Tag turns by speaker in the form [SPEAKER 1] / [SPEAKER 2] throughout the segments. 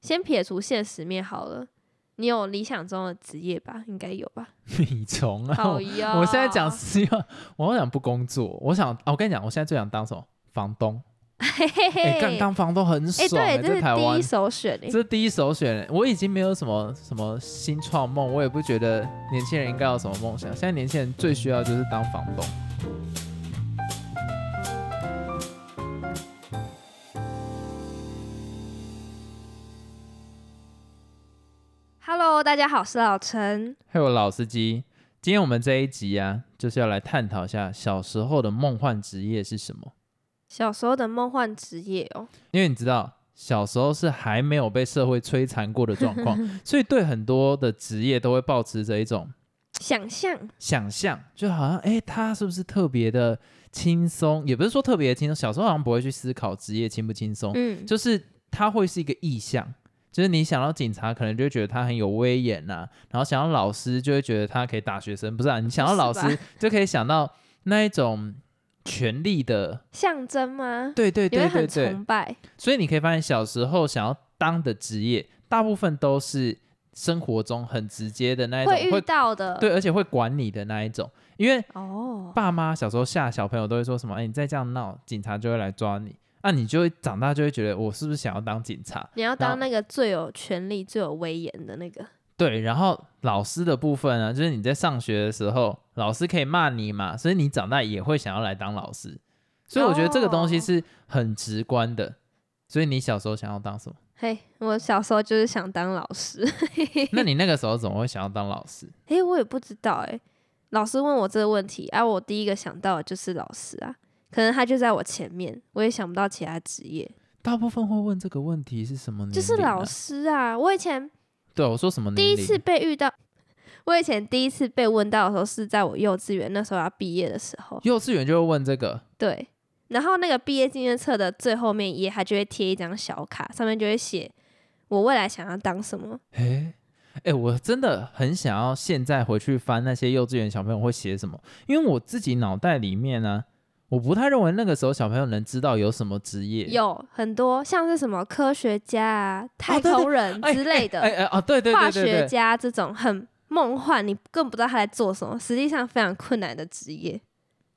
[SPEAKER 1] 先撇除现实面好了，你有理想中的职业吧？应该有 吧？
[SPEAKER 2] 米虫啊！
[SPEAKER 1] 好
[SPEAKER 2] 我
[SPEAKER 1] 呀，
[SPEAKER 2] 我现在讲是要，我想不工作，我想、啊我跟你讲，我现在最想当什么？房东。
[SPEAKER 1] 嘿嘿嘿，
[SPEAKER 2] 哎、干当房东很
[SPEAKER 1] 哎
[SPEAKER 2] 爽、欸，
[SPEAKER 1] 对，这
[SPEAKER 2] 在
[SPEAKER 1] 是
[SPEAKER 2] 台
[SPEAKER 1] 第
[SPEAKER 2] 湾
[SPEAKER 1] 一首选哎
[SPEAKER 2] 这，是第一首选，我已经没有什么什么新创梦，我也不觉得年轻人应该有什么梦想。现在年轻人最需要就是当房东。
[SPEAKER 1] Hello，大家好，我是老陈。
[SPEAKER 2] 还有老司机，今天我们这一集啊，就是要来探讨一下小时候的梦幻职业是什么。
[SPEAKER 1] 小时候的梦幻职业哦，
[SPEAKER 2] 因为你知道，小时候是还没有被社会摧残过的状 况，所以对很多的职业都会保持着一种
[SPEAKER 1] 想象
[SPEAKER 2] 想象，就好像诶，他是不是特别的轻松？也不是说特别的轻松，小时候好像不会去思考职业轻不轻松，
[SPEAKER 1] 嗯，
[SPEAKER 2] 就是他会是一个意向。就是你想到警察，可能就会觉得他很有威严呐、然后想到老师，就会觉得他可以打学生，不是啊？你想到老
[SPEAKER 1] 不是
[SPEAKER 2] 师，就可以想到那一种权力的，
[SPEAKER 1] 象征吗？
[SPEAKER 2] 对对
[SPEAKER 1] 你会
[SPEAKER 2] 对对
[SPEAKER 1] 很
[SPEAKER 2] 对。
[SPEAKER 1] 崇拜，
[SPEAKER 2] 所以你可以发现，小时候想要当的职业，大部分都是生活中很直接的那一种，
[SPEAKER 1] 会遇到的，
[SPEAKER 2] 对，而且会管你的那一种。因为
[SPEAKER 1] 哦，
[SPEAKER 2] 爸妈小时候吓小朋友都会说什么：“哎、你再这样闹，警察就会来抓你。”那、你就会长大就会觉得，我是不是想要当警察？
[SPEAKER 1] 你要
[SPEAKER 2] 然后
[SPEAKER 1] 当那个最有权力、最有威严的那个，
[SPEAKER 2] 对，然后老师的部分呢，就是你在上学的时候，老师可以骂你嘛，所以你长大也会想要来当老师。所以我觉得这个东西
[SPEAKER 1] 哦
[SPEAKER 2] 是很直观的。所以你小时候想要当什么？
[SPEAKER 1] 嘿，我小时候就是想当老师。
[SPEAKER 2] 那你那个时候怎么会想要当老师？
[SPEAKER 1] 诶，我也不知道诶，老师问我这个问题，啊，我第一个想到的就是老师啊，可能他就在我前面，我也想不到其他职业，
[SPEAKER 2] 大部分会问这个问题是什么、年
[SPEAKER 1] 就是
[SPEAKER 2] 龄啊
[SPEAKER 1] 老。师啊。我以前
[SPEAKER 2] 对，我说什么年
[SPEAKER 1] 第
[SPEAKER 2] 龄？
[SPEAKER 1] 一次被遇到，我以前第一次被问到的时候是在我幼稚园那时候要毕业的时候，
[SPEAKER 2] 幼稚园就会问这个。
[SPEAKER 1] 对。然后那个毕业纪念册的最后面一页，它就会贴一张小卡，上面就会写我未来想要当什么。
[SPEAKER 2] 哎、哎、我真的很想要现在回去翻那些幼稚园小朋友会写什么，因为我自己脑袋里面呢、我不太认为那个时候小朋友能知道有什么职业。
[SPEAKER 1] 有很多像是什么科学家啊、太
[SPEAKER 2] 哦对对
[SPEAKER 1] 空人
[SPEAKER 2] 哎
[SPEAKER 1] 之类的，
[SPEAKER 2] 哎哎哦，对对
[SPEAKER 1] 化
[SPEAKER 2] 对
[SPEAKER 1] 学
[SPEAKER 2] 对对，
[SPEAKER 1] 家这种很梦幻，你更不知道他在做什么，实际上非常困难的职业。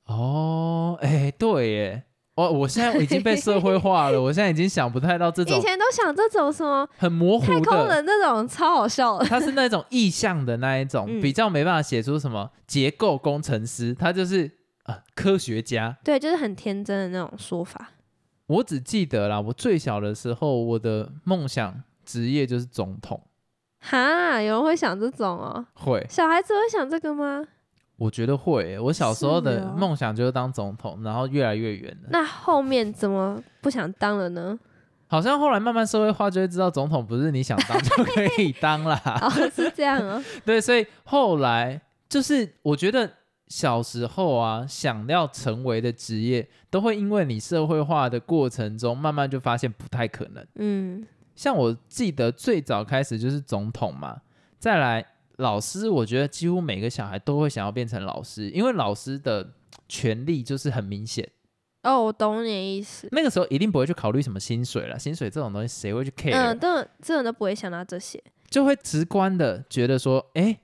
[SPEAKER 2] 哦，哎、对耶，哦，我现在已经被社会 化了，我现在已经想不太到这
[SPEAKER 1] 以
[SPEAKER 2] 种
[SPEAKER 1] 前都想这种什么
[SPEAKER 2] 很模糊
[SPEAKER 1] 太空
[SPEAKER 2] 的，
[SPEAKER 1] 人那种超好笑 的，
[SPEAKER 2] 它是那种意象的那一种，
[SPEAKER 1] 嗯
[SPEAKER 2] 比较没办法写出什么结构工程师，他就是啊科学家，
[SPEAKER 1] 对，就是很天真的那种说法。
[SPEAKER 2] 我只记得啦，我最小的时候，我的梦想职业就是总统。
[SPEAKER 1] 哈，有人会想这种哦？
[SPEAKER 2] 会，
[SPEAKER 1] 小孩子会想这个吗？
[SPEAKER 2] 我觉得会耶。我小时候
[SPEAKER 1] 是
[SPEAKER 2] 的
[SPEAKER 1] 哦
[SPEAKER 2] 梦想就是当总统，然后越来越远了。
[SPEAKER 1] 那后面怎么不想当了 呢？
[SPEAKER 2] 好像后来慢慢社会化，就会知道总统不是你想当就可以当啦。
[SPEAKER 1] 哦，是这样哦。
[SPEAKER 2] 对，所以后来就是我觉得小时候啊，想要成为的职业，都会因为你社会化的过程中，慢慢就发现不太可能。
[SPEAKER 1] 嗯，
[SPEAKER 2] 像我记得最早开始就是总统嘛，再来老师，我觉得几乎每个小孩都会想要变成老师，因为老师的权利就是很明显。
[SPEAKER 1] 哦，我懂你的意思。
[SPEAKER 2] 那个时候一定不会去考虑什么薪水了，薪水这种东西谁会去 care？、
[SPEAKER 1] 嗯，但这种都不会想到这些。
[SPEAKER 2] 就会直观的觉得说，哎、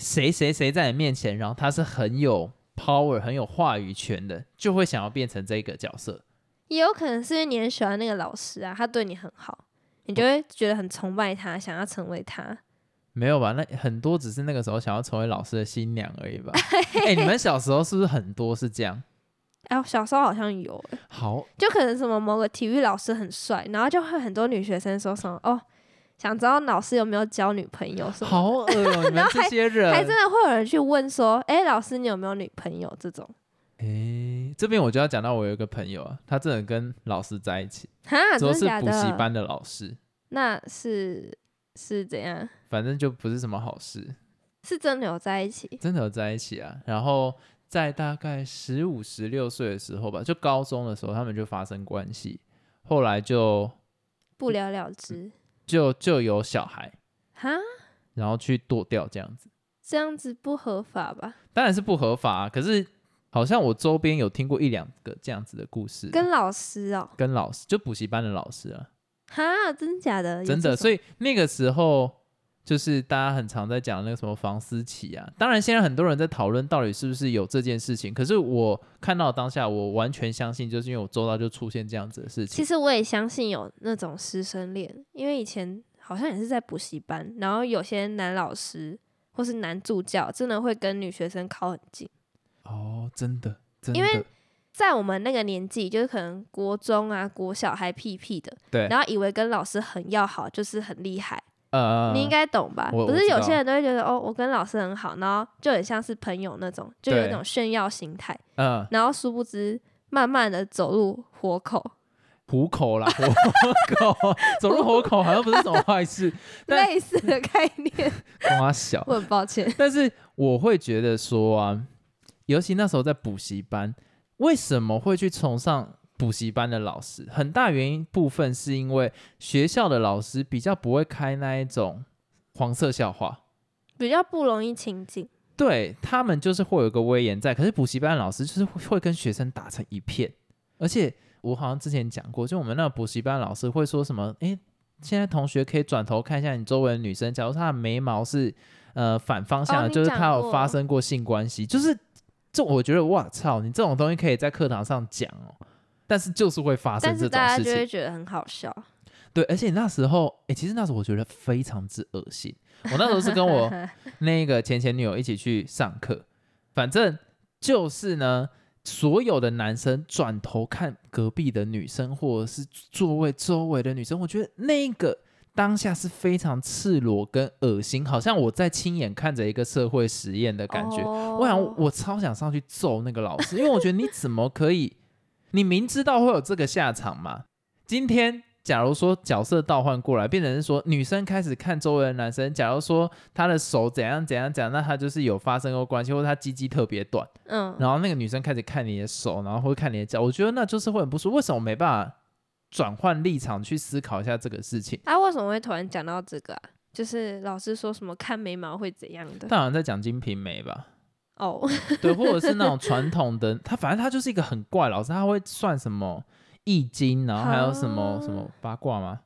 [SPEAKER 2] 谁谁谁在你面前，然后他是很有 power、很有话语权的，就会想要变成这个角色。
[SPEAKER 1] 也有可能是因为你很喜欢那个老师啊，他对你很好，你就会觉得很崇拜他，想要成为他。
[SPEAKER 2] 没有吧？那很多只是那个时候想要成为老师的新娘 而已吧？哎、你们小时候是不是很多是这样？
[SPEAKER 1] 哎，我小时候好像有欸，
[SPEAKER 2] 好
[SPEAKER 1] 就可能什么某个体育老师很帅，然后就会很多女学生说什么哦，想知道老师有没有交女朋友什么
[SPEAKER 2] 好 恶哦、你们这些
[SPEAKER 1] 的，
[SPEAKER 2] 人。
[SPEAKER 1] 还真的会有人去问说，哎，老师你有没有女朋友这种？
[SPEAKER 2] 诶这边我就要讲到我有一个朋友啊，他真的跟老师在一起，
[SPEAKER 1] 哈，啊真
[SPEAKER 2] 都
[SPEAKER 1] 的
[SPEAKER 2] 是
[SPEAKER 1] 假
[SPEAKER 2] 补习
[SPEAKER 1] 的？
[SPEAKER 2] 班的老师，
[SPEAKER 1] 那是是怎样？
[SPEAKER 2] 反正就不是什么好事，
[SPEAKER 1] 是真的有在一起？
[SPEAKER 2] 真的有在一起啊。然后在大概十五、十六岁的时候吧，就高中的时候，他们就发生关系，后来就
[SPEAKER 1] 不了了之？
[SPEAKER 2] 就就有小孩，
[SPEAKER 1] 哈，
[SPEAKER 2] 然后去剁掉这样子，
[SPEAKER 1] 这样子不合法吧？
[SPEAKER 2] 当然是不合法、啊，可是。好像我周边有听过一两个这样子的故事，
[SPEAKER 1] 跟老师哦，
[SPEAKER 2] 跟老师就补习班的老师啊，
[SPEAKER 1] 哈，真的假的？
[SPEAKER 2] 真的，所
[SPEAKER 1] 以
[SPEAKER 2] 以那个时候就是大家很常在讲那个什么房思琪啊，当然现在很多人在讨论到底是不是有这件事情，可是我看到当下，我完全相信，就是因为我周到就出现这样子的事
[SPEAKER 1] 其
[SPEAKER 2] 情。
[SPEAKER 1] 实我也相信有那种师生恋，因为以前好像也是在补习班，然后有些男老师或是男助教真的会跟女学生靠很近。
[SPEAKER 2] 哦，真的，真
[SPEAKER 1] 因为
[SPEAKER 2] 的，
[SPEAKER 1] 在我们那个年纪，就是可能国中啊、国小还屁屁的，
[SPEAKER 2] 对，
[SPEAKER 1] 然后以为跟老师很要好，就是很厉害，
[SPEAKER 2] 呃，
[SPEAKER 1] 你应该懂吧？
[SPEAKER 2] 我
[SPEAKER 1] 不
[SPEAKER 2] 我
[SPEAKER 1] 是
[SPEAKER 2] 知
[SPEAKER 1] 有
[SPEAKER 2] 道
[SPEAKER 1] 些人都会觉得哦，我跟老师很好，然后就很像是朋友那种，就有一
[SPEAKER 2] 对
[SPEAKER 1] 种炫耀心态，
[SPEAKER 2] 呃，
[SPEAKER 1] 然后殊不知慢慢的走入活口，
[SPEAKER 2] 虎口啦，活口， 走入活口好像不是什么坏事，但
[SPEAKER 1] 类似的概念。
[SPEAKER 2] 瓜小，
[SPEAKER 1] 我很抱歉，
[SPEAKER 2] 但是我会觉得说啊，尤其那时候在补习班，为什么会去崇尚补习班的老师？很大原因部分是因为学校的老师比较不会开那一种黄色笑话。
[SPEAKER 1] 比较不容易亲近。
[SPEAKER 2] 对他们就是会有一个威严在，可是补习班的老师就是会会跟学生打成一片，而且我好像之前讲过，就我们那个补习班老师会说什么，诶，现在同学可以转头看一下你周围的女生，假如她的眉毛是呃反方向的，
[SPEAKER 1] 哦你
[SPEAKER 2] 就是
[SPEAKER 1] 讲
[SPEAKER 2] 她有
[SPEAKER 1] 过
[SPEAKER 2] 发生过性关系，就是这我觉得哇操，你这种东西可以在课堂上讲哦，但是就是会发生
[SPEAKER 1] 但
[SPEAKER 2] 这
[SPEAKER 1] 是
[SPEAKER 2] 种
[SPEAKER 1] 大家
[SPEAKER 2] 事
[SPEAKER 1] 就
[SPEAKER 2] 情
[SPEAKER 1] 会，觉得很好笑。
[SPEAKER 2] 对，而且那时候，诶，其实那时候我觉得非常之恶心，我那时候是跟我那个前前女友一起去上课，反正就是呢，所有的男生转头看隔壁的女生，或者是座位周围的女生，我觉得那个当下是非常赤裸跟恶心，好像我在亲眼看着一个社会实验的感觉。
[SPEAKER 1] 哦
[SPEAKER 2] 我想，我超想上去揍那个老师，因为我觉得你怎么可以？你明知道会有这个下场嘛？今天假如说角色倒换过来，变成是说女生开始看周围的男生，假如说他的手怎样怎样怎样，那他就是有发生过关系，或者他鸡鸡特别短，
[SPEAKER 1] 嗯，
[SPEAKER 2] 然后那个女生开始看你的手，然后会看你的脚，我觉得那就是会很不舒服。为什么没办法转换立场去思考一下这个事情？
[SPEAKER 1] 啊，为什么会突然讲到这个啊？就是老师说什么看眉毛会怎样的
[SPEAKER 2] 他好像在讲《金瓶梅》吧？
[SPEAKER 1] 哦，
[SPEAKER 2] 对，或者是那种传统的，他反正他就是一个很怪老师，他会算什么易经，然后还有什么什么八卦吗？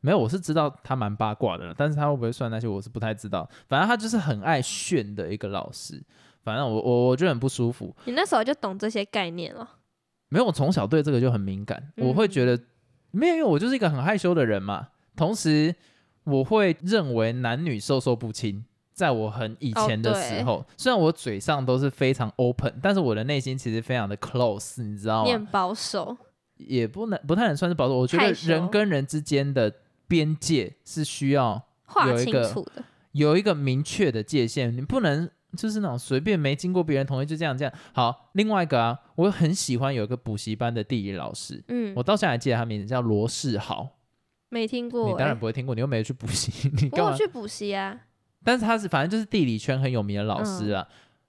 [SPEAKER 2] 没有，我是知道他蛮八卦的，但是他会不会算那些，我是不太知道。反正他就是很爱炫的一个老师，反正我我我觉得很不舒服。
[SPEAKER 1] 你那时候就懂这些概念了。
[SPEAKER 2] 没有，我从小对这个就很敏感，
[SPEAKER 1] 嗯
[SPEAKER 2] 我会觉得没有，因为我就是一个很害羞的人嘛。同时，我会认为男女授受不亲。在我很以
[SPEAKER 1] 哦
[SPEAKER 2] 前的时候，虽然我嘴上都是非常 open，但是我的内心其实非常的 close，你知道
[SPEAKER 1] 你
[SPEAKER 2] 吗
[SPEAKER 1] 很？保守，
[SPEAKER 2] 也不能不太能算是保守。我觉得
[SPEAKER 1] 害羞
[SPEAKER 2] 人跟人之间的边界是需要
[SPEAKER 1] 划
[SPEAKER 2] 有一
[SPEAKER 1] 清
[SPEAKER 2] 个
[SPEAKER 1] 楚的。
[SPEAKER 2] 有一个明确的界限，你不能就是那种随便没经过别人同意就这样这样。好，另外一个啊，我很喜欢有一个补习班的地理老师，
[SPEAKER 1] 嗯
[SPEAKER 2] 我，到现在还记得他名字叫罗世豪，
[SPEAKER 1] 没听过、欸。
[SPEAKER 2] 你当然不会听过，你又没有去补习，你
[SPEAKER 1] 我
[SPEAKER 2] 干
[SPEAKER 1] 有
[SPEAKER 2] 嘛？
[SPEAKER 1] 去补习啊，
[SPEAKER 2] 但是他是反正就是地理圈很有名的老师
[SPEAKER 1] 嗯
[SPEAKER 2] 啊。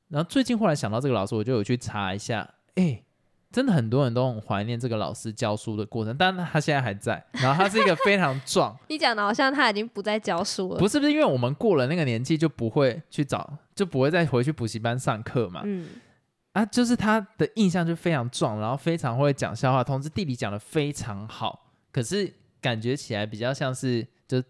[SPEAKER 2] 然后最近忽然想到这个老师，我就有去查一下，哎、真的很多人都很怀念这个老师教书的过程，但他现在还在。然后他是一个非常壮，
[SPEAKER 1] 你讲的好像他已经不再教书了。
[SPEAKER 2] 不是不是因为我们过了那个年纪就不会去找，就不会再回去补习班上课嘛。
[SPEAKER 1] 嗯，
[SPEAKER 2] 啊，就是他的印象就非常壮，然后非常会讲笑话，同时地理讲的非常好，可是感觉起来比较像是就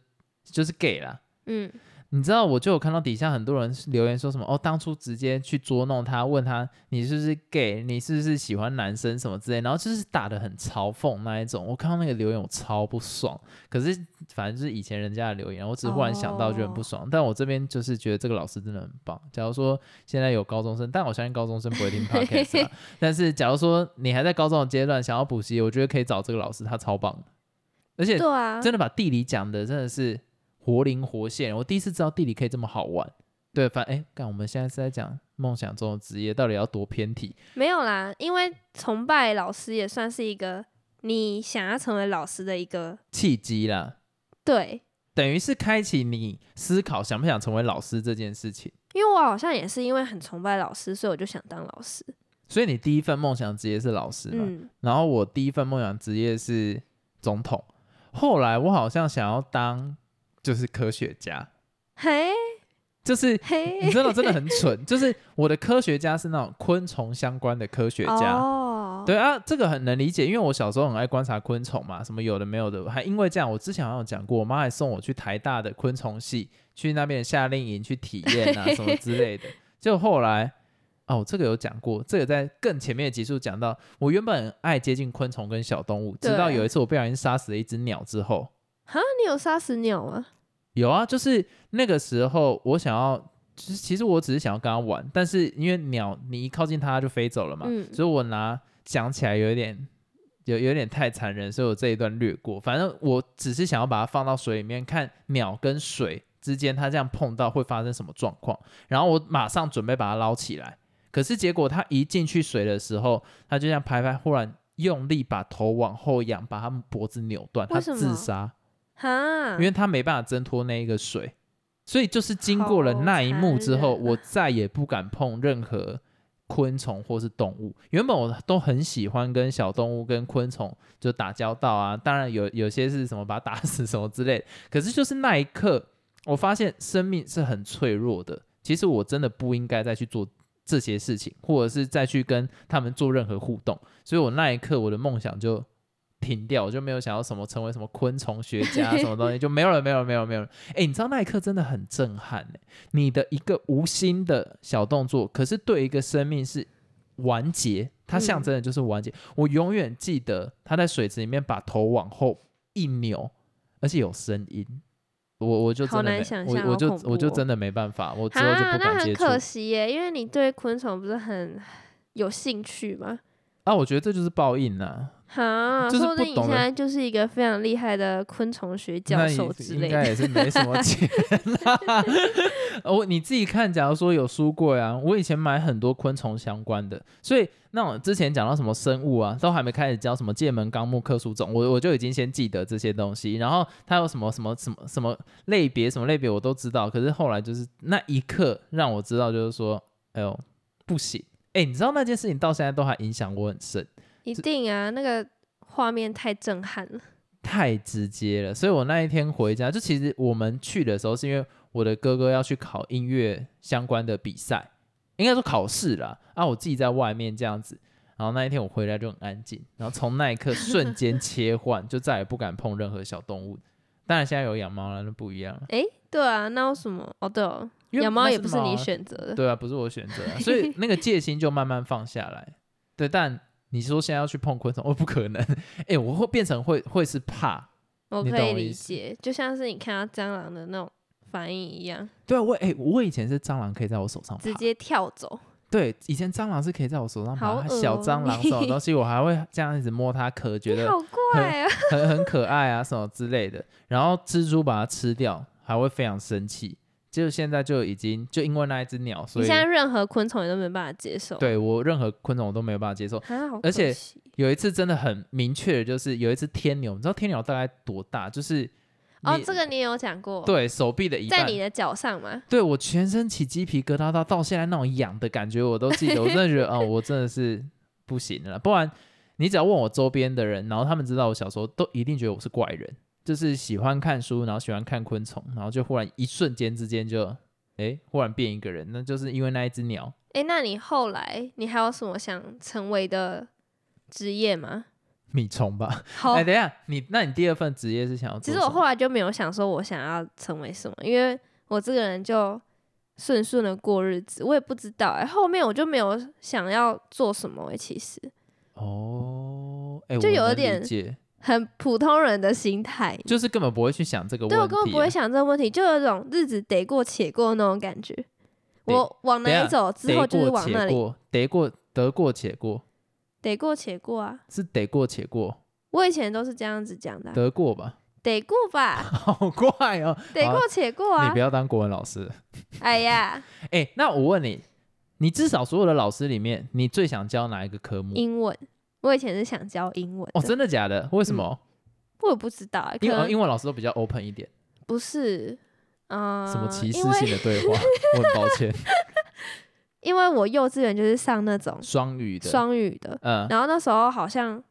[SPEAKER 2] 就是 gay 啦。
[SPEAKER 1] 嗯，
[SPEAKER 2] 你知道，我就有看到底下很多人留言说什么哦，当初直接去捉弄他，问他你是不是 gay，你是不是喜欢男生什么之类，然后就是打的很嘲讽那一种。我看到那个留言，我超不爽。可是反正就是以前人家的留言，我只是忽然想到就很不爽。但我这边就是觉得这个老师真的很棒。假如说现在有高中生，但我相信高中生不会听 podcast 啦但是假如说你还在高中的阶段想要补习，我觉得可以找这个老师，他超棒的。而且
[SPEAKER 1] 对啊，
[SPEAKER 2] 真的把地理讲的真的是活灵活现。我第一次知道地理可以这么好玩。对，反哎，干、我们现在是在讲梦想中的职业到底要多偏题。
[SPEAKER 1] 没有啦，因为崇拜老师也算是一个你想要成为老师的一个
[SPEAKER 2] 契机啦，
[SPEAKER 1] 对，
[SPEAKER 2] 等于是开启你思考想不想成为老师这件事情。
[SPEAKER 1] 因为我好像也是因为很崇拜老师，所以我就想当老师。
[SPEAKER 2] 所以你第一份梦想职业是老师嘛？
[SPEAKER 1] 嗯，
[SPEAKER 2] 然后我第一份梦想职业是总统，后来我好像想要当就是科学家，
[SPEAKER 1] 嘿
[SPEAKER 2] 就是你
[SPEAKER 1] 嘿，
[SPEAKER 2] 知道真的很蠢，就是我的科学家是那种昆虫相关的科学家，
[SPEAKER 1] 哦，
[SPEAKER 2] 对啊，这个很能理解，因为我小时候很爱观察昆虫嘛，什么有的没有的，还因为这样，我之前好像有讲过，我妈还送我去台大的昆虫系，去那边的夏令营去体验啊什么 之类的。就后来，哦，这个有讲过，这个在更前面的集数讲到，我原本很爱接近昆虫跟小动物，直到
[SPEAKER 1] 对
[SPEAKER 2] 有一次我不小心杀死了一只鸟之后，
[SPEAKER 1] 哈，你有杀死鸟吗？
[SPEAKER 2] 有啊，就是那个时候我想要，其实其实我只是想要跟它玩，但是因为鸟你一靠近它它就飞走了嘛，
[SPEAKER 1] 嗯
[SPEAKER 2] 所以我拿讲起来有一点有有点太残忍，所以我这一段略过。反正我只是想要把它放到水里面，看鸟跟水之间它这样碰到会发生什么状况，然后我马上准备把它捞起来。可是结果它一进去水的时候，它就这样拍拍，忽然用力把头往后仰，把它脖子扭断，它
[SPEAKER 1] 为什么
[SPEAKER 2] 自杀。
[SPEAKER 1] 哈，
[SPEAKER 2] 因为他没办法挣脱那一个水，所以就是经过了那一幕之后，
[SPEAKER 1] 好残忍啊
[SPEAKER 2] 我再也不敢碰任何昆虫或是动物。原本我都很喜欢跟小动物、跟昆虫就打交道啊，当然有有些是什么把它打死什么之类的，可是就是那一刻，我发现生命是很脆弱的。其实我真的不应该再去做这些事情，或者是再去跟他们做任何互动。所以我那一刻，我的梦想就停掉，我就没有想要什么成为什么昆虫学家什么东西，就没有了，没有了，没有了，没有了。哎、你知道那一刻真的很震撼、欸、你的一个无心的小动作，可是对一个生命是完结，它象征的就是完结。我永远记得他在水池里面把头往后一扭，而且有声音。我我就真
[SPEAKER 1] 好
[SPEAKER 2] 的
[SPEAKER 1] 难
[SPEAKER 2] 没
[SPEAKER 1] 想象
[SPEAKER 2] 我我就
[SPEAKER 1] 好恐怖
[SPEAKER 2] 我就
[SPEAKER 1] 哦
[SPEAKER 2] 真的没办法，我之后就
[SPEAKER 1] 哈，那
[SPEAKER 2] 不敢
[SPEAKER 1] 很
[SPEAKER 2] 接触。
[SPEAKER 1] 可惜耶，因为你对昆虫不是很有兴趣吗？
[SPEAKER 2] 啊，我觉得这就是报应啊，
[SPEAKER 1] 哈，
[SPEAKER 2] 就是
[SPEAKER 1] 说
[SPEAKER 2] 不
[SPEAKER 1] 定你
[SPEAKER 2] 懂
[SPEAKER 1] 现
[SPEAKER 2] 得
[SPEAKER 1] 在就是一个非常厉害的昆虫学教
[SPEAKER 2] 那
[SPEAKER 1] 授
[SPEAKER 2] 也
[SPEAKER 1] 之
[SPEAKER 2] 应
[SPEAKER 1] 类
[SPEAKER 2] 该
[SPEAKER 1] 的。
[SPEAKER 2] 也是没什么钱啦。 我你自己看，假如说有书柜啊，我以前买很多昆虫相关的，所以那种之前讲到什么生物啊，都还没开始教什么界门纲目科属种，我我就已经先记得这些东西。然后它有什么什么什么什么类别，什么类别我都知道。可是后来就是那一刻让我知道，就是说，哎呦，不行。哎、你知道那件事情到现在都还影响我很深，
[SPEAKER 1] 一定啊，那个画面太震撼了。
[SPEAKER 2] 太直接了，所以我那一天回家，就其实我们去的时候是因为我的哥哥要去考音乐相关的比赛，应该说考试啦，啊，我自己在外面这样子，然后那一天我回来就很安静，然后从那一刻瞬间切换，就再也不敢碰任何小动物。当然现在有养猫了，那不一样了，
[SPEAKER 1] 诶，对啊，那有什么？哦，对哦，
[SPEAKER 2] 因为
[SPEAKER 1] 养猫
[SPEAKER 2] 那
[SPEAKER 1] 也不是
[SPEAKER 2] 猫
[SPEAKER 1] 你
[SPEAKER 2] 啊，
[SPEAKER 1] 选择的。
[SPEAKER 2] 对啊，不是我选择、啊，所以那个戒心就慢慢放下来。对，但你说现在要去碰昆虫，哦，不可能， 哎、我会变成会会是怕，
[SPEAKER 1] 我
[SPEAKER 2] 你
[SPEAKER 1] 可
[SPEAKER 2] 懂
[SPEAKER 1] 以
[SPEAKER 2] 我
[SPEAKER 1] 理
[SPEAKER 2] 意思
[SPEAKER 1] 解，就像是你看到蟑螂的那种反应一样，
[SPEAKER 2] 对啊，我哎、我以前是蟑螂可以在我手上爬，
[SPEAKER 1] 直接跳走。
[SPEAKER 2] 对，以前蟑螂是可以在我手上爬，
[SPEAKER 1] 好恶哦
[SPEAKER 2] 小蟑螂什么东西，我还会这样一直摸它壳，觉
[SPEAKER 1] 你
[SPEAKER 2] 得
[SPEAKER 1] 好怪啊！
[SPEAKER 2] 很很可爱啊什么之类的。然后蜘蛛把它吃掉，还会非常生气。结果现在就已经就因为那一只鸟，所
[SPEAKER 1] 你
[SPEAKER 2] 以
[SPEAKER 1] 现在任何昆虫你都没办法接受。
[SPEAKER 2] 对我任何昆虫我都没有办法接受。
[SPEAKER 1] 啊，好
[SPEAKER 2] 而且
[SPEAKER 1] 可惜
[SPEAKER 2] 有一次真的很明确的就是有一只天牛，你知道天牛大概多大？就是
[SPEAKER 1] 哦，
[SPEAKER 2] 你
[SPEAKER 1] 这个你也有讲过，
[SPEAKER 2] 对手臂的一
[SPEAKER 1] 哦在
[SPEAKER 2] 半
[SPEAKER 1] 你的脚上嘛，
[SPEAKER 2] 对我全身起鸡皮疙瘩到到现在那种痒的感觉，我都记得。我真的觉 得，啊，我真的是不行了啦。不然你只要问我周边的人，然后他们知道我小时候，都一定觉得我是怪人，就是喜欢看书，然后喜欢看昆虫，然后就忽然一瞬间之间就，诶，忽然变一个人，那就是因为那一只鸟。
[SPEAKER 1] 诶，那你后来你还有什么想成为的职业吗？
[SPEAKER 2] 米虫吧？
[SPEAKER 1] 好，
[SPEAKER 2] 哎、等一下，你那你第二份职业是想要
[SPEAKER 1] 其
[SPEAKER 2] 做
[SPEAKER 1] 实
[SPEAKER 2] 什么？
[SPEAKER 1] 我后来就没有想说我想要成为什么，因为我这个人就顺顺的过日子，我也不知道、诶，哎后面我就没有想要做什么、诶，其实
[SPEAKER 2] 哦，哎、
[SPEAKER 1] 就
[SPEAKER 2] 我
[SPEAKER 1] 有
[SPEAKER 2] 能
[SPEAKER 1] 点
[SPEAKER 2] 理解，
[SPEAKER 1] 很普通人的心态。
[SPEAKER 2] 就是根本不会去想这个问题、
[SPEAKER 1] 对
[SPEAKER 2] 啊。
[SPEAKER 1] 我根本不会想这个问题，就有一种日子得过且过那种感觉。
[SPEAKER 2] 得
[SPEAKER 1] 我往
[SPEAKER 2] 等一
[SPEAKER 1] 哪
[SPEAKER 2] 下
[SPEAKER 1] 里走之
[SPEAKER 2] 得
[SPEAKER 1] 后就是
[SPEAKER 2] 过
[SPEAKER 1] 往
[SPEAKER 2] 且
[SPEAKER 1] 那里，
[SPEAKER 2] 过得过得过且过。
[SPEAKER 1] 得过且过啊！
[SPEAKER 2] 是得过且过，
[SPEAKER 1] 我以前都是这样子讲的啊、
[SPEAKER 2] 得 过吧，
[SPEAKER 1] 得过吧，
[SPEAKER 2] 好怪哦！
[SPEAKER 1] 得过且过
[SPEAKER 2] 你
[SPEAKER 1] 啊
[SPEAKER 2] 不！要当国文老师。
[SPEAKER 1] 哎呀，
[SPEAKER 2] 哎、那我问你，你至少所有的老师里面，你最想教哪一个科目？
[SPEAKER 1] 英文，我以前是想教英文的，
[SPEAKER 2] 哦，真的假的？为什么？
[SPEAKER 1] 我也不知道、欸，可
[SPEAKER 2] 因为
[SPEAKER 1] 能
[SPEAKER 2] 英文老师都比较 open 一点，
[SPEAKER 1] 不是，嗯、
[SPEAKER 2] 什么歧视
[SPEAKER 1] 因为
[SPEAKER 2] 性的对话？我很抱歉，
[SPEAKER 1] 因为我幼稚园就是上那种
[SPEAKER 2] 双语的，
[SPEAKER 1] 双语的，
[SPEAKER 2] 嗯，
[SPEAKER 1] 然后那时候好像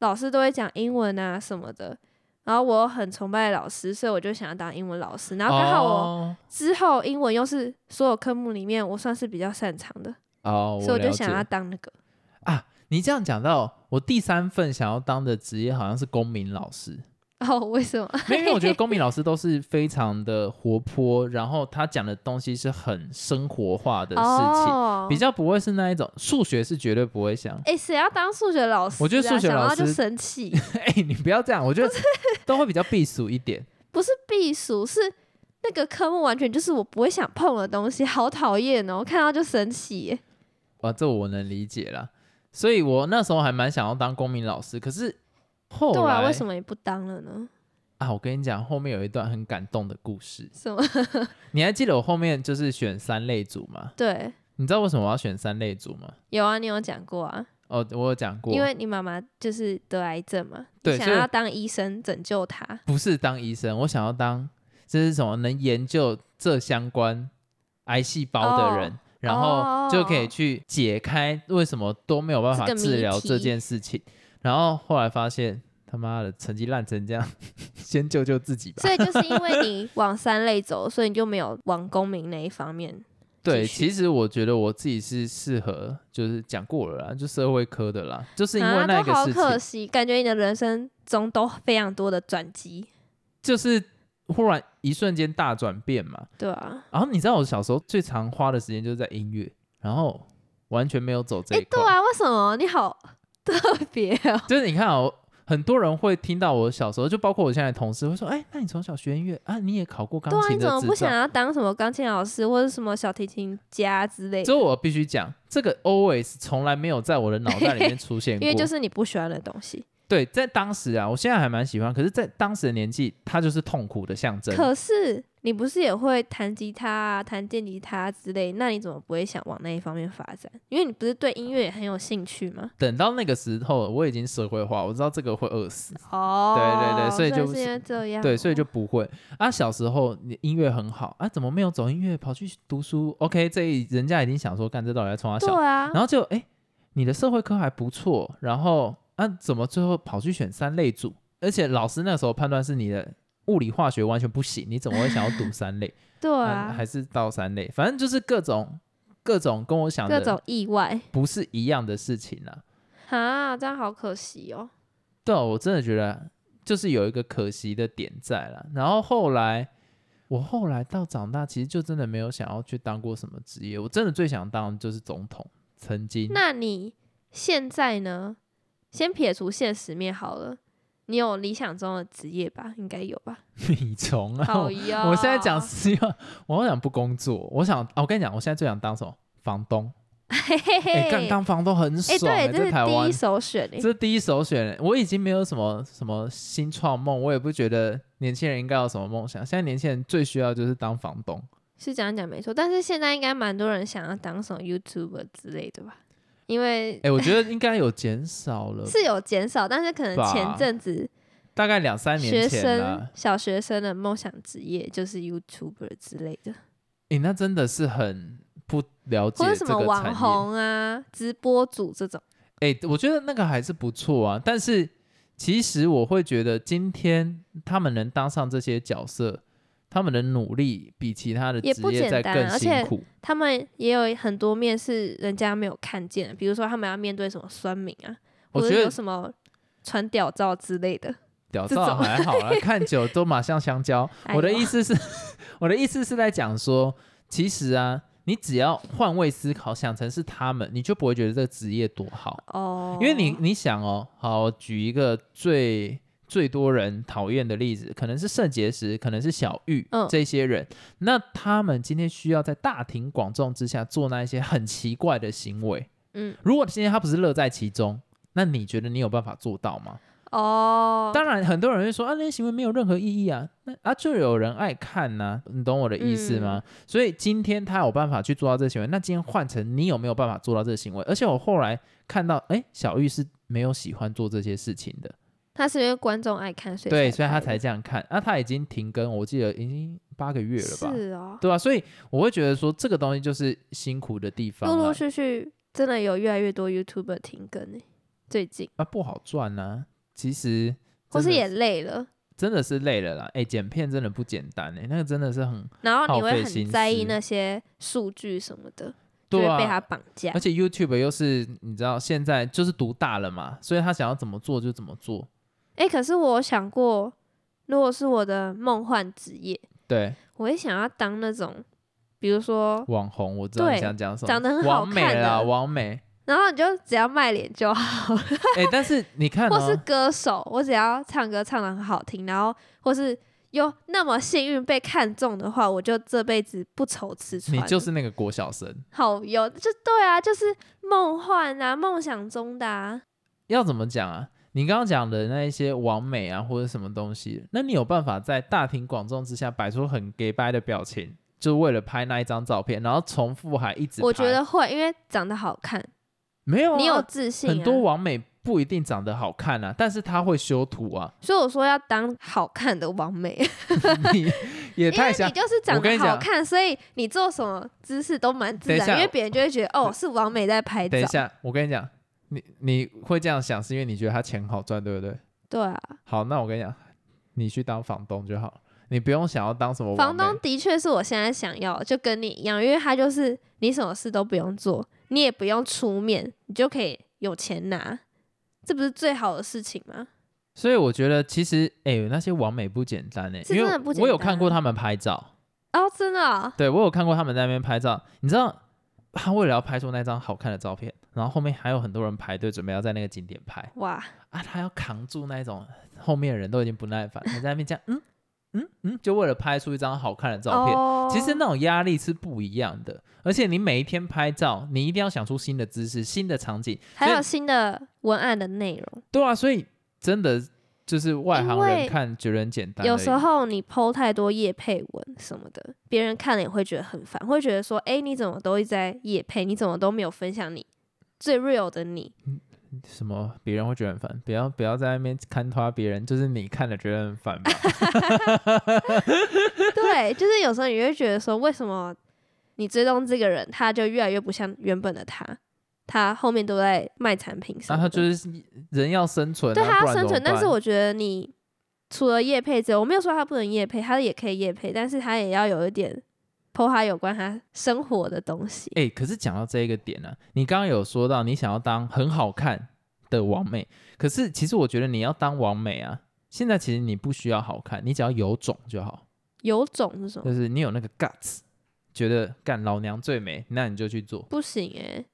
[SPEAKER 1] 老师都会讲英文啊什么的，然后我很崇拜老师，所以我就想要当英文老师。然后刚好我
[SPEAKER 2] 哦，
[SPEAKER 1] 之后英文又是所有科目里面我算是比较擅长的，
[SPEAKER 2] 哦
[SPEAKER 1] 所以我就
[SPEAKER 2] 了
[SPEAKER 1] 想要
[SPEAKER 2] 解
[SPEAKER 1] 当那个。
[SPEAKER 2] 啊。你这样讲到我第三份想要当的职业好像是公民老师，
[SPEAKER 1] 哦，为什么？
[SPEAKER 2] 没有因为我觉得公民老师都是非常的活泼，然后他讲的东西是很生活化的事情，
[SPEAKER 1] 哦
[SPEAKER 2] 比较不会是那一种数学是绝对不会想。
[SPEAKER 1] 哎，谁要当数学老师啊？
[SPEAKER 2] 我觉得数学
[SPEAKER 1] 想
[SPEAKER 2] 老
[SPEAKER 1] 到就
[SPEAKER 2] 师
[SPEAKER 1] 生气，
[SPEAKER 2] 哎、你不要这样，我觉得都会比较避暑一点。
[SPEAKER 1] 不是避暑，是那个科目完全就是我不会想碰的东西，好讨厌哦！看到就生气耶。
[SPEAKER 2] 啊，这我能理解啦。所以我那时候还蛮想要当公民老师，可是后
[SPEAKER 1] 对
[SPEAKER 2] 来
[SPEAKER 1] 啊，为什么你不当了呢？
[SPEAKER 2] 啊我跟你讲，后面有一段很感动的故事。
[SPEAKER 1] 什么？
[SPEAKER 2] 你还记得我后面就是选三类组吗？
[SPEAKER 1] 对，
[SPEAKER 2] 你知道为什么我要选三类组吗？
[SPEAKER 1] 有啊，你有讲过啊，
[SPEAKER 2] 哦，我有讲过，
[SPEAKER 1] 因为你妈妈就是得癌症嘛，
[SPEAKER 2] 对
[SPEAKER 1] 你想
[SPEAKER 2] 所以
[SPEAKER 1] 要当医生拯救她。
[SPEAKER 2] 不是当医生，我想要当就是什么能研究这相关癌细胞的人，
[SPEAKER 1] 哦
[SPEAKER 2] 然
[SPEAKER 1] 哦
[SPEAKER 2] 后就可以去解开为什么都没有办法
[SPEAKER 1] 这个谜
[SPEAKER 2] 治疗
[SPEAKER 1] 题
[SPEAKER 2] 这件事情。然后后来发现他妈的成绩烂成这样， 先救救 自己吧。
[SPEAKER 1] 所以就是因 为你往三类走，所以你就没有往公民那一方面。
[SPEAKER 2] 对，
[SPEAKER 1] 继续
[SPEAKER 2] 其实我觉得我自己是适合，就是讲过了啦，就社会科的啦，就是因为
[SPEAKER 1] 啊，
[SPEAKER 2] 那
[SPEAKER 1] 都
[SPEAKER 2] 个
[SPEAKER 1] 好
[SPEAKER 2] 事情，
[SPEAKER 1] 可惜，感觉你的人生中都非常多的转机，
[SPEAKER 2] 就是忽然一瞬间大转变嘛。
[SPEAKER 1] 对啊。
[SPEAKER 2] 然后你知道我小时候最常花的时间就是在音乐，然后完全没有走这
[SPEAKER 1] 哎、
[SPEAKER 2] 一块。
[SPEAKER 1] 对啊，为什么你好 特别哦？
[SPEAKER 2] 就是你看哦，很多人会听到我小时候，就包括我现在的同事会说：“哎，那你从小学音乐啊，你也考过钢
[SPEAKER 1] 对啊，
[SPEAKER 2] 琴
[SPEAKER 1] 你
[SPEAKER 2] 的
[SPEAKER 1] 怎么
[SPEAKER 2] 执
[SPEAKER 1] 不
[SPEAKER 2] 照
[SPEAKER 1] 想。要当什么钢琴老师或者什么小提琴家之类”
[SPEAKER 2] 所
[SPEAKER 1] 的？
[SPEAKER 2] 以，我必须讲，这个 always 从来没有在我的脑袋里面出现过。
[SPEAKER 1] 因为就是你不喜欢的东西。
[SPEAKER 2] 对，在当时啊，我现在还蛮喜欢，可是，在当时的年纪，它就是痛苦的象征。
[SPEAKER 1] 可是你不是也会弹吉他、啊、弹电吉他之类，那你怎么不会想往那一方面发展？因为你不是对音乐也很有兴趣吗？
[SPEAKER 2] 等到那个时候，我已经社会化，我知道这个会饿死，
[SPEAKER 1] 哦，
[SPEAKER 2] 对对对所以
[SPEAKER 1] 真的
[SPEAKER 2] 就是
[SPEAKER 1] 是因为这样哦、
[SPEAKER 2] 对，所以就不会啊。小时候你音乐很好啊，怎么没有走音乐跑去读书？OK，这一人家已经想说，干这到底在冲他小
[SPEAKER 1] 对啊，
[SPEAKER 2] 然后就哎、诶你的社会科还不错，然后啊，怎么最后跑去选三类组？而且老师那时候判断是你的物理化学完全不行，你怎么会想要 读三类？
[SPEAKER 1] 对
[SPEAKER 2] 嗯
[SPEAKER 1] 啊，
[SPEAKER 2] 还是到三类，反正就是各种各种跟我想
[SPEAKER 1] 各种
[SPEAKER 2] 的
[SPEAKER 1] 意外
[SPEAKER 2] 不是一样的事情啊。
[SPEAKER 1] 啊，这样好可惜哦。
[SPEAKER 2] 对啊，我真的觉得就是有一个可惜的点在了。然后后来，我后来到长大，其实就真的没有想要去当过什么职业。我真的最想当的就是总统，曾经。
[SPEAKER 1] 那你现在呢？先撇除现实面好了，你有理想中的职业吧？应该有 吧？
[SPEAKER 2] 米虫啊，
[SPEAKER 1] 好呀，
[SPEAKER 2] 我现在讲希望，我好想不工作，我想、啊我跟你讲，我现在最想当什么？房东。
[SPEAKER 1] 嘿嘿嘿，
[SPEAKER 2] 哎、干当房东很
[SPEAKER 1] 哎
[SPEAKER 2] 爽、欸，
[SPEAKER 1] 对，这
[SPEAKER 2] 在台
[SPEAKER 1] 是第
[SPEAKER 2] 湾
[SPEAKER 1] 一，首选欸诶、
[SPEAKER 2] 这是第一首选、我已经没有什么什么新创梦，我也不觉得年轻人应该有什么梦想。现在年轻人最需要就是当房东。
[SPEAKER 1] 是这样讲没错，但是现在应该蛮多人想要当什么 YouTuber 之类的吧？因为，
[SPEAKER 2] 哎、我觉得应该有减少了
[SPEAKER 1] 是有减少，但是可能
[SPEAKER 2] 呃吧
[SPEAKER 1] 前阵子
[SPEAKER 2] 大概两三
[SPEAKER 1] 学
[SPEAKER 2] 年前
[SPEAKER 1] 生
[SPEAKER 2] 了。
[SPEAKER 1] 小学生的梦想职业就是 YouTuber 之类的，
[SPEAKER 2] 哎、那真的是很不了解
[SPEAKER 1] 或者什
[SPEAKER 2] 这个
[SPEAKER 1] 么
[SPEAKER 2] 产业。
[SPEAKER 1] 网红啊、直播主这种。
[SPEAKER 2] 哎、我觉得那个还是不错啊，但是其实我会觉得，今天他们能当上这些角色，他们的努力比其他的
[SPEAKER 1] 也
[SPEAKER 2] 职
[SPEAKER 1] 不
[SPEAKER 2] 业
[SPEAKER 1] 简
[SPEAKER 2] 在
[SPEAKER 1] 单
[SPEAKER 2] 更
[SPEAKER 1] 而
[SPEAKER 2] 辛
[SPEAKER 1] 且
[SPEAKER 2] 苦。
[SPEAKER 1] 他们也有很多面是人家没有看见的，比如说他们要面对什么酸民啊，
[SPEAKER 2] 我
[SPEAKER 1] 或者
[SPEAKER 2] 觉
[SPEAKER 1] 有
[SPEAKER 2] 得
[SPEAKER 1] 什么传屌照之类的。
[SPEAKER 2] 屌
[SPEAKER 1] 这
[SPEAKER 2] 照
[SPEAKER 1] 种
[SPEAKER 2] 还 好啦，看久都马上香蕉。
[SPEAKER 1] 哎
[SPEAKER 2] 我的
[SPEAKER 1] 呦
[SPEAKER 2] 意思是， 我的意思是在讲说，其实啊，你只要换位思考，想成是他们，你就不会觉得这个职业多好，
[SPEAKER 1] 哦，
[SPEAKER 2] 因为你你想哦，好，我举一个最最多人讨厌的例子，可能是肾结石，可能是小玉、
[SPEAKER 1] 嗯
[SPEAKER 2] 这些人。那他们今天需要在大庭广众之下做那一些很奇怪的行为。
[SPEAKER 1] 嗯
[SPEAKER 2] 如果今天他不是乐在其中，那你觉得你有办法做到吗？
[SPEAKER 1] 哦，
[SPEAKER 2] 当然，很多人会说啊，那些行为没有任何意义啊，那啊就有人爱看呐、你懂我的意思吗？
[SPEAKER 1] 嗯
[SPEAKER 2] 所以今天他有办法去做到这个行为，那今天换成你有没有办法做到这个行为？而且我后来看到，哎，小玉是没有喜欢做这些事情的，
[SPEAKER 1] 他是因为观众爱看，所以
[SPEAKER 2] 对，所以他
[SPEAKER 1] 拍
[SPEAKER 2] 才这样看。那、他已经停更，我记得已经八个月了吧？
[SPEAKER 1] 是哦，
[SPEAKER 2] 对吧、所以我会觉得说，这个东西就是辛苦的地方啊
[SPEAKER 1] 陆
[SPEAKER 2] 啦
[SPEAKER 1] 陆续续真的有越来越多 YouTuber 停更诶、最近
[SPEAKER 2] 啊，不好赚呐、其实
[SPEAKER 1] 或
[SPEAKER 2] 真的
[SPEAKER 1] 是也累了，
[SPEAKER 2] 真的是累了啦，哎，剪片真的不简单哎、那个真的是很
[SPEAKER 1] 然后
[SPEAKER 2] 耗
[SPEAKER 1] 你会
[SPEAKER 2] 费心
[SPEAKER 1] 很在意
[SPEAKER 2] 思
[SPEAKER 1] 那些数据什么的，就
[SPEAKER 2] 对
[SPEAKER 1] 会被他，
[SPEAKER 2] 啊
[SPEAKER 1] 绑架
[SPEAKER 2] 而。且 YouTube 又是你知道现在就是独大了嘛，所以他想要怎么做就怎么做。
[SPEAKER 1] 诶，可是我有想过，如果是我的梦幻职业，
[SPEAKER 2] 对，
[SPEAKER 1] 我也想要当那种，比如说，
[SPEAKER 2] 网红我知道
[SPEAKER 1] 对
[SPEAKER 2] 你想讲什么，
[SPEAKER 1] 长得很好
[SPEAKER 2] 王
[SPEAKER 1] 看啊
[SPEAKER 2] 美
[SPEAKER 1] 的
[SPEAKER 2] 啦，王美。
[SPEAKER 1] 然后你就只要卖脸就好，
[SPEAKER 2] 哎、但是你看、哦，
[SPEAKER 1] 或是歌手，我只要唱歌唱的很好听，然后或是有那么幸运被看中的话，我就这辈子不愁吃穿
[SPEAKER 2] 你
[SPEAKER 1] 了。
[SPEAKER 2] 就是那个国小生，
[SPEAKER 1] 好有，就对啊，就是梦幻啊，梦想中的啊。
[SPEAKER 2] 要怎么讲啊？你刚刚讲的那一些完美啊，或者什么东西，那你有办法在大庭广众之下摆出很 gay 掰的表情，就为了拍那一张照片，然后重复还一直拍？
[SPEAKER 1] 我觉得会，因为长得好看，
[SPEAKER 2] 没有、啊，
[SPEAKER 1] 你有自信、啊。
[SPEAKER 2] 很多完美不一定长得好看啊，但是他会修图啊，
[SPEAKER 1] 所以我说要当好看的王美，
[SPEAKER 2] 你
[SPEAKER 1] 因
[SPEAKER 2] 也
[SPEAKER 1] 为
[SPEAKER 2] 太像
[SPEAKER 1] 你。就是长
[SPEAKER 2] 我跟
[SPEAKER 1] 得
[SPEAKER 2] 你
[SPEAKER 1] 好
[SPEAKER 2] 讲
[SPEAKER 1] 看，所以你做什么姿势都蛮自
[SPEAKER 2] 等一
[SPEAKER 1] 然，
[SPEAKER 2] 下
[SPEAKER 1] 因为别人就会觉得哦是王美在拍照
[SPEAKER 2] 等一。下，我跟你讲，你你会这样想是因为你觉得他钱好赚，对不对？
[SPEAKER 1] 对啊，
[SPEAKER 2] 好，那我跟你讲，你去当房东就好，你不用想要当什么
[SPEAKER 1] 房
[SPEAKER 2] 完
[SPEAKER 1] 东
[SPEAKER 2] 美
[SPEAKER 1] 的确是我现在想要的，就跟你一样，因为他就是你什么事都不用做，你也不用出面，你就可以有钱拿，这不是最好的事情吗？
[SPEAKER 2] 所以我觉得其实哎、那些完美不简单哎、
[SPEAKER 1] 是
[SPEAKER 2] 因
[SPEAKER 1] 真的不
[SPEAKER 2] 为
[SPEAKER 1] 简
[SPEAKER 2] 我有看过
[SPEAKER 1] 单
[SPEAKER 2] 他们拍照，
[SPEAKER 1] 哦，真的哦、
[SPEAKER 2] 对我有看过他们在那边拍照，你知道他为了要拍出那张好看的照片，然后后面还有很多人排队准备要在那个景点拍
[SPEAKER 1] 哇，
[SPEAKER 2] 啊，他要扛住那一种后面的人都已经不耐烦，还在那边这样嗯嗯嗯，就为了拍出一张好看的照片。
[SPEAKER 1] 哦
[SPEAKER 2] 其实那种压力是不一样的，而且你每一天拍照，你一定要想出新的姿势、新的场景，
[SPEAKER 1] 还
[SPEAKER 2] 所以
[SPEAKER 1] 有新的文案的内容，
[SPEAKER 2] 对啊，所以真的就是外行
[SPEAKER 1] 因为
[SPEAKER 2] 人看觉得很简单而已，
[SPEAKER 1] 有时候你剖太多叶配文什么的，别人看了也会觉得很烦，会觉得说，哎、你怎么都一直在叶配，你怎么都没有分享你最 real 的 你？
[SPEAKER 2] 什么别人会觉得很烦，不要不要在那边看他别人，就是你看了觉得很 烦吧。
[SPEAKER 1] 对，就是有时候你会觉得说，为什么你追踪这个人，他就越来越不像原本的他，他后面都在卖产品什么的，
[SPEAKER 2] 那啊他就是人要生存、啊，
[SPEAKER 1] 对他
[SPEAKER 2] 不
[SPEAKER 1] 要
[SPEAKER 2] 然
[SPEAKER 1] 生
[SPEAKER 2] 怎么
[SPEAKER 1] 存，但是
[SPEAKER 2] 办
[SPEAKER 1] 我觉得你除了叶配之外，我没有说他不能叶配，他也可以叶配，但是他也要有一点剖他有关他生活的东西。
[SPEAKER 2] 哎、可是讲到这一个点呢、啊你刚刚有说到你想要当很好看的完美，可是其实我觉得你要当完美啊，现在其实你不需要好看，你只要有种就好，
[SPEAKER 1] 有种是什么？
[SPEAKER 2] 就是你有那个 guts，觉得干老娘最美，那你就去做。
[SPEAKER 1] 不行诶、
[SPEAKER 2] 嗯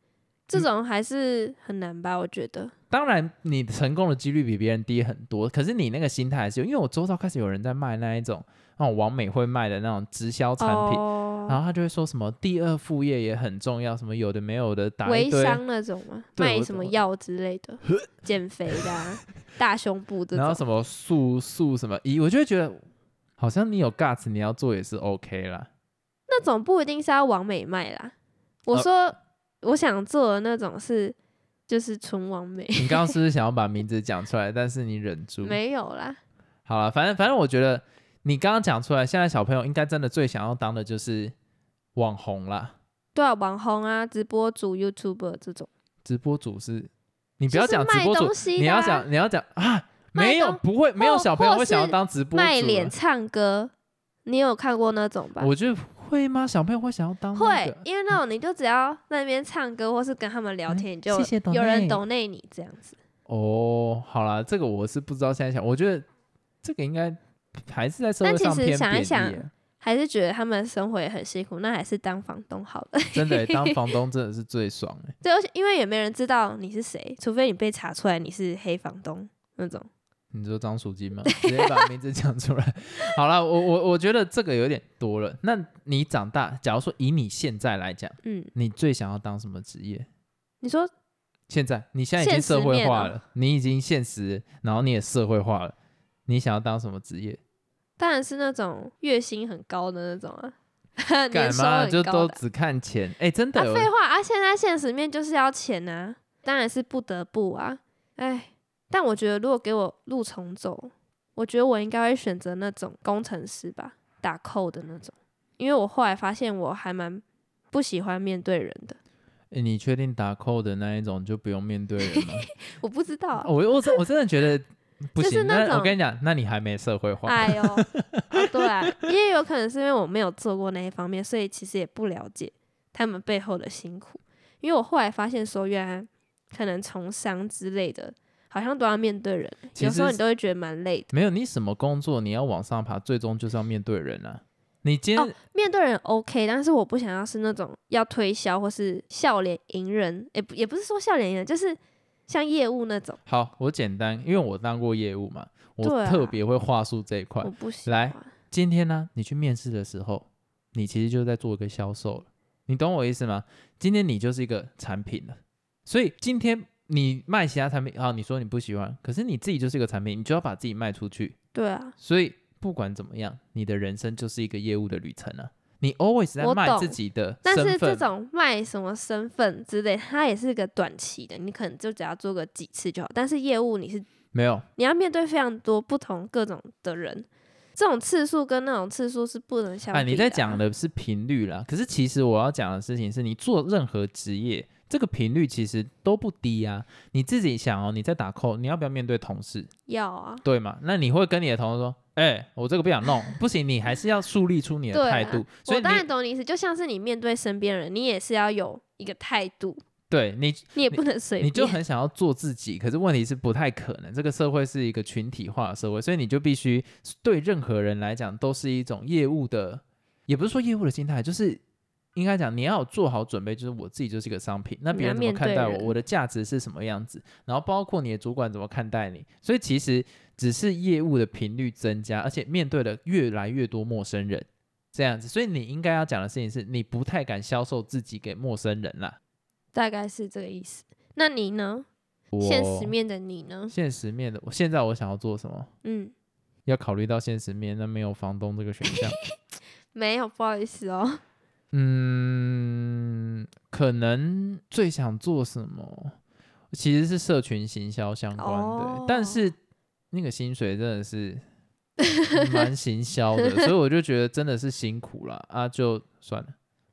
[SPEAKER 1] 这种还是很难吧？我觉得
[SPEAKER 2] 当然，你成功的几率比别人低很多，可是你那个心态还是有。因为我周遭开始有人在卖那一种那种王美会卖的那种直销产品，啊然
[SPEAKER 1] 哦，
[SPEAKER 2] 后他就会说什么第二副业也很重要，什么有的没有的打一
[SPEAKER 1] 微
[SPEAKER 2] 堆，
[SPEAKER 1] 商那种嘛，
[SPEAKER 2] 对
[SPEAKER 1] 卖
[SPEAKER 2] 我
[SPEAKER 1] 什么
[SPEAKER 2] 懂
[SPEAKER 1] 药之类 的， 减肥的、啊、大胸部这
[SPEAKER 2] 然后
[SPEAKER 1] 种。
[SPEAKER 2] 什么素素什么一，我就会觉得好像你有 guts，你要做也是 OK 啦。
[SPEAKER 1] 那种不一定是要往美卖啦。我
[SPEAKER 2] 呃
[SPEAKER 1] 说我想做的那种是，就是纯完 美，
[SPEAKER 2] 你刚刚是不是想要把名字讲出来，但是你忍 住？
[SPEAKER 1] 没有啦。
[SPEAKER 2] 好了，反正反正我觉得你刚刚讲出来，现在小朋友应该真的最想要当的就是网红啦。
[SPEAKER 1] 对啊，网红啊，直播主、YouTuber 这种，
[SPEAKER 2] 直播主是，你不
[SPEAKER 1] 就
[SPEAKER 2] 要
[SPEAKER 1] 是
[SPEAKER 2] 讲直
[SPEAKER 1] 卖
[SPEAKER 2] 播主
[SPEAKER 1] 东，西
[SPEAKER 2] 你
[SPEAKER 1] 的
[SPEAKER 2] 要
[SPEAKER 1] 啊
[SPEAKER 2] 讲你要讲啊，
[SPEAKER 1] 卖
[SPEAKER 2] 没有
[SPEAKER 1] 东
[SPEAKER 2] 不会没有
[SPEAKER 1] 或
[SPEAKER 2] 小朋友
[SPEAKER 1] 或
[SPEAKER 2] 会想要
[SPEAKER 1] 是
[SPEAKER 2] 当直播主
[SPEAKER 1] 卖
[SPEAKER 2] 了
[SPEAKER 1] 脸、唱歌，你有看过那种吧？
[SPEAKER 2] 我觉得会吗？小朋友会想要当那
[SPEAKER 1] 会
[SPEAKER 2] 个，
[SPEAKER 1] 因为那种你就只要在那边唱歌，或是跟他们聊
[SPEAKER 2] 嗯
[SPEAKER 1] 天，你就
[SPEAKER 2] 谢谢
[SPEAKER 1] 有人
[SPEAKER 2] donate
[SPEAKER 1] 懂内你这样子。
[SPEAKER 2] 哦，好啦，这个我是不知道现在想，我觉得这个应该还是在社
[SPEAKER 1] 但
[SPEAKER 2] 会
[SPEAKER 1] 其
[SPEAKER 2] 上
[SPEAKER 1] 实
[SPEAKER 2] 偏
[SPEAKER 1] 想一
[SPEAKER 2] 贬义
[SPEAKER 1] 想
[SPEAKER 2] 耶
[SPEAKER 1] 还是觉得他们生活也很辛苦，那还是当房东好了。
[SPEAKER 2] 真的耶当房东真的是最爽哎。
[SPEAKER 1] 对，而且因为也没人知道你是谁，除非你被查出来你是黑房东那种。
[SPEAKER 2] 你说张淑金吗？直接把名字讲出来。好了，我我我觉得这个有点多了。那你长大，假如说以你现在来讲，
[SPEAKER 1] 嗯，
[SPEAKER 2] 你最想要当什么职业？
[SPEAKER 1] 你说
[SPEAKER 2] 现在你现在已经
[SPEAKER 1] 现实
[SPEAKER 2] 社会
[SPEAKER 1] 面
[SPEAKER 2] 化
[SPEAKER 1] 哦
[SPEAKER 2] 了，你已经现实，然后你也社会化了，你想要当什么职业？
[SPEAKER 1] 当然是那种月薪很高的那种啊， 年
[SPEAKER 2] 干
[SPEAKER 1] 收
[SPEAKER 2] 嘛就
[SPEAKER 1] 很高
[SPEAKER 2] 都
[SPEAKER 1] 的啊。
[SPEAKER 2] 只看钱？哎、真的
[SPEAKER 1] 啊，
[SPEAKER 2] 有、
[SPEAKER 1] 废话啊！现在现实面就是要钱啊，当然是不得不啊。哎，但我觉得如果给我路重走，我觉得我应该会选择那种工程师吧，打扣的那种，因为我后来发现我还蛮不喜欢面对人的。
[SPEAKER 2] 诶你确定打扣的那一种就不用面 对人吗？
[SPEAKER 1] 我不知道啊，
[SPEAKER 2] 我我真我真的觉得不
[SPEAKER 1] 就是
[SPEAKER 2] 行。
[SPEAKER 1] 那
[SPEAKER 2] 那
[SPEAKER 1] 种
[SPEAKER 2] 我跟你讲，那你还没社会化。
[SPEAKER 1] 哎呦，哦对啊，因为有可能是因为我没有做过那一方面，所以其实也不了解。他们背后的辛苦。因为我后来发现说，原来可能从商之类的，好像都要面对人，
[SPEAKER 2] 其
[SPEAKER 1] 有时候
[SPEAKER 2] 实
[SPEAKER 1] 你都会觉得蛮累的。
[SPEAKER 2] 没有你什么工作，你要往上爬，最终就是要面对人啊。你今天、
[SPEAKER 1] 哦面对人 OK，但是我不想要是那种要推销或是笑脸迎人，也不也不是说笑脸迎人，就是像业务那种，
[SPEAKER 2] 好，我简单，因为我当过业务嘛，
[SPEAKER 1] 对
[SPEAKER 2] 我
[SPEAKER 1] 啊
[SPEAKER 2] 特别会话术这一块
[SPEAKER 1] 我。不喜
[SPEAKER 2] 来
[SPEAKER 1] 欢。
[SPEAKER 2] 今天呢、你去面试的时候，你其实就在做一个销售了，你懂我意思吗？今天你就是一个产品了，所以今天你卖其他产品，好，你说你不喜欢，可是你自己就是一个产品，你就要把自己卖出去。
[SPEAKER 1] 对啊，
[SPEAKER 2] 所以不管怎么样，你的人生就是一个业务的旅程啊，你 always 在
[SPEAKER 1] 我
[SPEAKER 2] 卖
[SPEAKER 1] 懂
[SPEAKER 2] 自己的
[SPEAKER 1] 但是
[SPEAKER 2] 身
[SPEAKER 1] 这
[SPEAKER 2] 份。
[SPEAKER 1] 种卖什么身份之类，它也是个短期的，你可能就只要做个几次就好。但是业务你是
[SPEAKER 2] 没有，
[SPEAKER 1] 你要面对非常多不同各种的人，这种次数跟那种次数是不能相比、
[SPEAKER 2] 啊，
[SPEAKER 1] 的啊。
[SPEAKER 2] 你在讲的是频率啦，可是其实我要讲的事情是你做任何职业，这个频率其实都不低啊。你自己想哦，你在打扣，你要不要面对同事，
[SPEAKER 1] 要啊，
[SPEAKER 2] 对吗？那你会跟你的同事说，哎、我这个不想弄，不行，你还是要树立出你的
[SPEAKER 1] 对
[SPEAKER 2] 态
[SPEAKER 1] 啊
[SPEAKER 2] 度。所
[SPEAKER 1] 我
[SPEAKER 2] 以你
[SPEAKER 1] 当然懂你意思，就像是你面对身边人，你也是要有一个态度，
[SPEAKER 2] 对你，
[SPEAKER 1] 你也不能随
[SPEAKER 2] 你
[SPEAKER 1] 便。
[SPEAKER 2] 就很想要做自己，可是问题是不太可能。这个社会是一个群体化的社会，所以你就必须对任何人来讲都是一种业务的，也不是说业务的心态，就是应该讲你要有做好准备，就是我自己就是一个商品，那
[SPEAKER 1] 你
[SPEAKER 2] 别
[SPEAKER 1] 要
[SPEAKER 2] 人怎么
[SPEAKER 1] 面
[SPEAKER 2] 看
[SPEAKER 1] 对
[SPEAKER 2] 待我，
[SPEAKER 1] 人
[SPEAKER 2] 我的价值是什么样子，然后包括你的主管怎么看待你，所以其实只是业务的频率增加，而且面对的越来越多陌生人。这样子，所以你应该要讲的事情是你不太敢销售自己给陌生人啦。
[SPEAKER 1] 大概是这个意思。那你呢？
[SPEAKER 2] 我
[SPEAKER 1] 现实面的你呢？
[SPEAKER 2] 现实面的，我现在我想要做什么？
[SPEAKER 1] 嗯，
[SPEAKER 2] 要考虑到现实面，那没有房东这个选项。
[SPEAKER 1] 没有，不好意思哦。
[SPEAKER 2] 嗯，可能最想做什么，其实是社群行销相关的，欸但
[SPEAKER 1] 哦
[SPEAKER 2] 是那个薪水真 的是蛮行销的，所以我就觉得真的是辛苦了啊，就算了，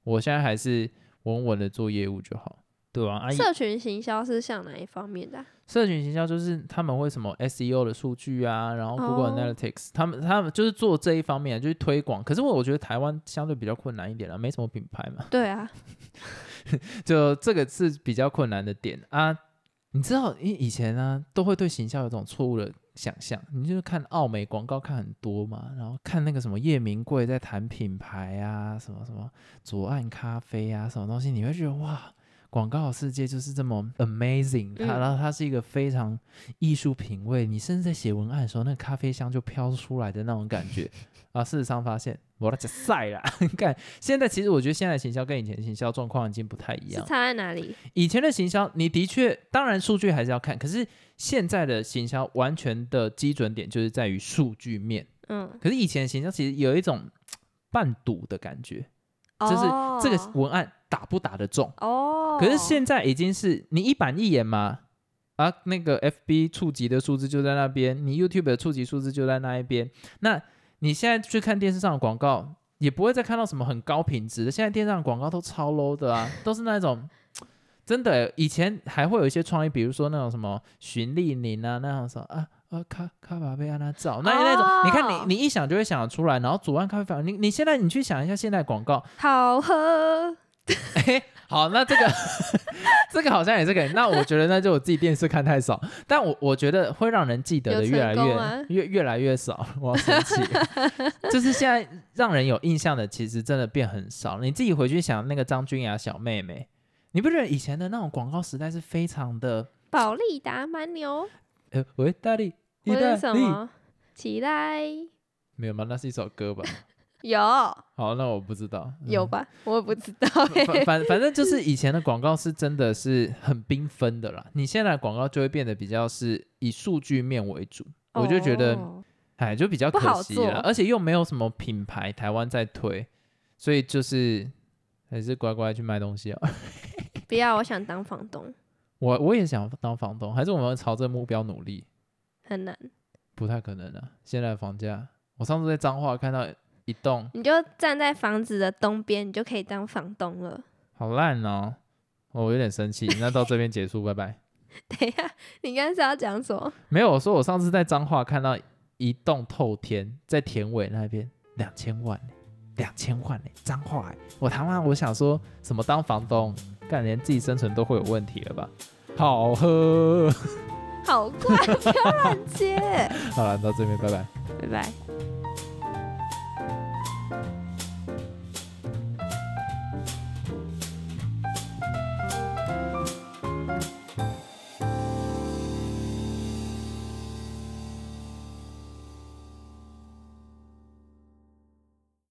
[SPEAKER 2] 我现在还是稳稳的做业务就好，对啊，啊，
[SPEAKER 1] 社群行销是像哪一方面的啊、
[SPEAKER 2] 社群行销就是他们会什么 SEO 的数据啊，然后 Google
[SPEAKER 1] 哦
[SPEAKER 2] Analytics，、他们他们就是做这一方面，就是推广。可是我我觉得台湾相对比较困难一点啦，没什么品牌嘛，
[SPEAKER 1] 对啊，
[SPEAKER 2] 就这个是比较困难的点啊。你知道，以以前呢、都会对行销有种错误的想象，你就是看澳美广告看很多嘛，然后看那个什么夜明贵在谈品牌啊，什么什么左岸咖啡啊，什么东西，你会觉得哇，广告的世界就是这么 amazing，它、
[SPEAKER 1] 嗯
[SPEAKER 2] 然后它是一个非常艺术品味，你甚至在写文案的时候，那个咖啡香就飘出来的那种感觉啊。事实上发现，我的晒啦， 看现在其实我觉得现在的行销跟以前的行销状况已经不太一
[SPEAKER 1] 是
[SPEAKER 2] 样，
[SPEAKER 1] 差在哪里？
[SPEAKER 2] 以前的行销，你的确，当然数据还是要看，可是现在的行销完全的基准点就是在于数据面。
[SPEAKER 1] 嗯，
[SPEAKER 2] 可是以前的行销其实有一种嘖半赌的感觉，就是
[SPEAKER 1] 哦
[SPEAKER 2] 这个文案打不打得中。
[SPEAKER 1] 哦，
[SPEAKER 2] 可是现在已经是你一板一眼嘛，啊，那个 FB 触及的数字就在那边，你 YouTube 的触及数字就在那一边。那你现在去看电视上的广告，也不会再看到什么很高品质的。现在电视上的广告都超 low 的啊，都是那种。真的，以前还会有一些创意，比如说那种什么循利宁啊，那种什么啊啊咖咖啡被安娜照，那、那种，你看你你一想就会想得出来。然后左岸咖啡坊，你你现在你去想一下现在广告，
[SPEAKER 1] 好喝，
[SPEAKER 2] 嘿，哎好，那这个这个好像也是可以。那我觉得那就我自己电视看太少，但我我觉得会让人记得的
[SPEAKER 1] 有
[SPEAKER 2] 越来
[SPEAKER 1] 成
[SPEAKER 2] 越、
[SPEAKER 1] 功啊
[SPEAKER 2] 越越来越少，我要生 气了。就是现在让人有印象的，其实真的变很少。你自己回去想那个张君雅小妹妹，你不觉得以前的那种广告时代是非常的？
[SPEAKER 1] 宝利达蛮牛，
[SPEAKER 2] 呃，喂，大力，意
[SPEAKER 1] 或
[SPEAKER 2] 大
[SPEAKER 1] 者是什
[SPEAKER 2] 利，
[SPEAKER 1] 么？起来，
[SPEAKER 2] 没有吗？那是一首歌吧？
[SPEAKER 1] 有
[SPEAKER 2] 好，那我不知道。嗯
[SPEAKER 1] 有吧？我也不知道
[SPEAKER 2] 反
[SPEAKER 1] 欸
[SPEAKER 2] 反反反正就是以前的广告是真的是很缤纷的啦，你现在的广告就会变得比较是以数据面为主，我就觉得
[SPEAKER 1] 哦
[SPEAKER 2] 哎就比较
[SPEAKER 1] 不
[SPEAKER 2] 可
[SPEAKER 1] 好
[SPEAKER 2] 惜
[SPEAKER 1] 做
[SPEAKER 2] 了，而且又没有什么品牌台湾在推，所以就是还是乖乖去卖东西啊。
[SPEAKER 1] 不要，我想当房东，
[SPEAKER 2] 我我也想当房东，还是我们朝这个目标努力？
[SPEAKER 1] 很难。
[SPEAKER 2] 不太可能啊，现在的房价，我上次在彰化看到一栋
[SPEAKER 1] 你就站在房子的东边，你就可以当房东了。
[SPEAKER 2] 好烂哦，我有点生气。那到这边结束，拜拜。
[SPEAKER 1] 等一下，你刚才是要讲什么？
[SPEAKER 2] 没有，我说我上次在彰化看到一栋透天，在田尾那边两千万，欸两千万哎、脏话哎、我他妈我想说什么当房东，干连自己生存都会有问题了吧？好喝，
[SPEAKER 1] 好怪，不要乱接。
[SPEAKER 2] 好了，到这边拜拜。
[SPEAKER 1] 拜拜。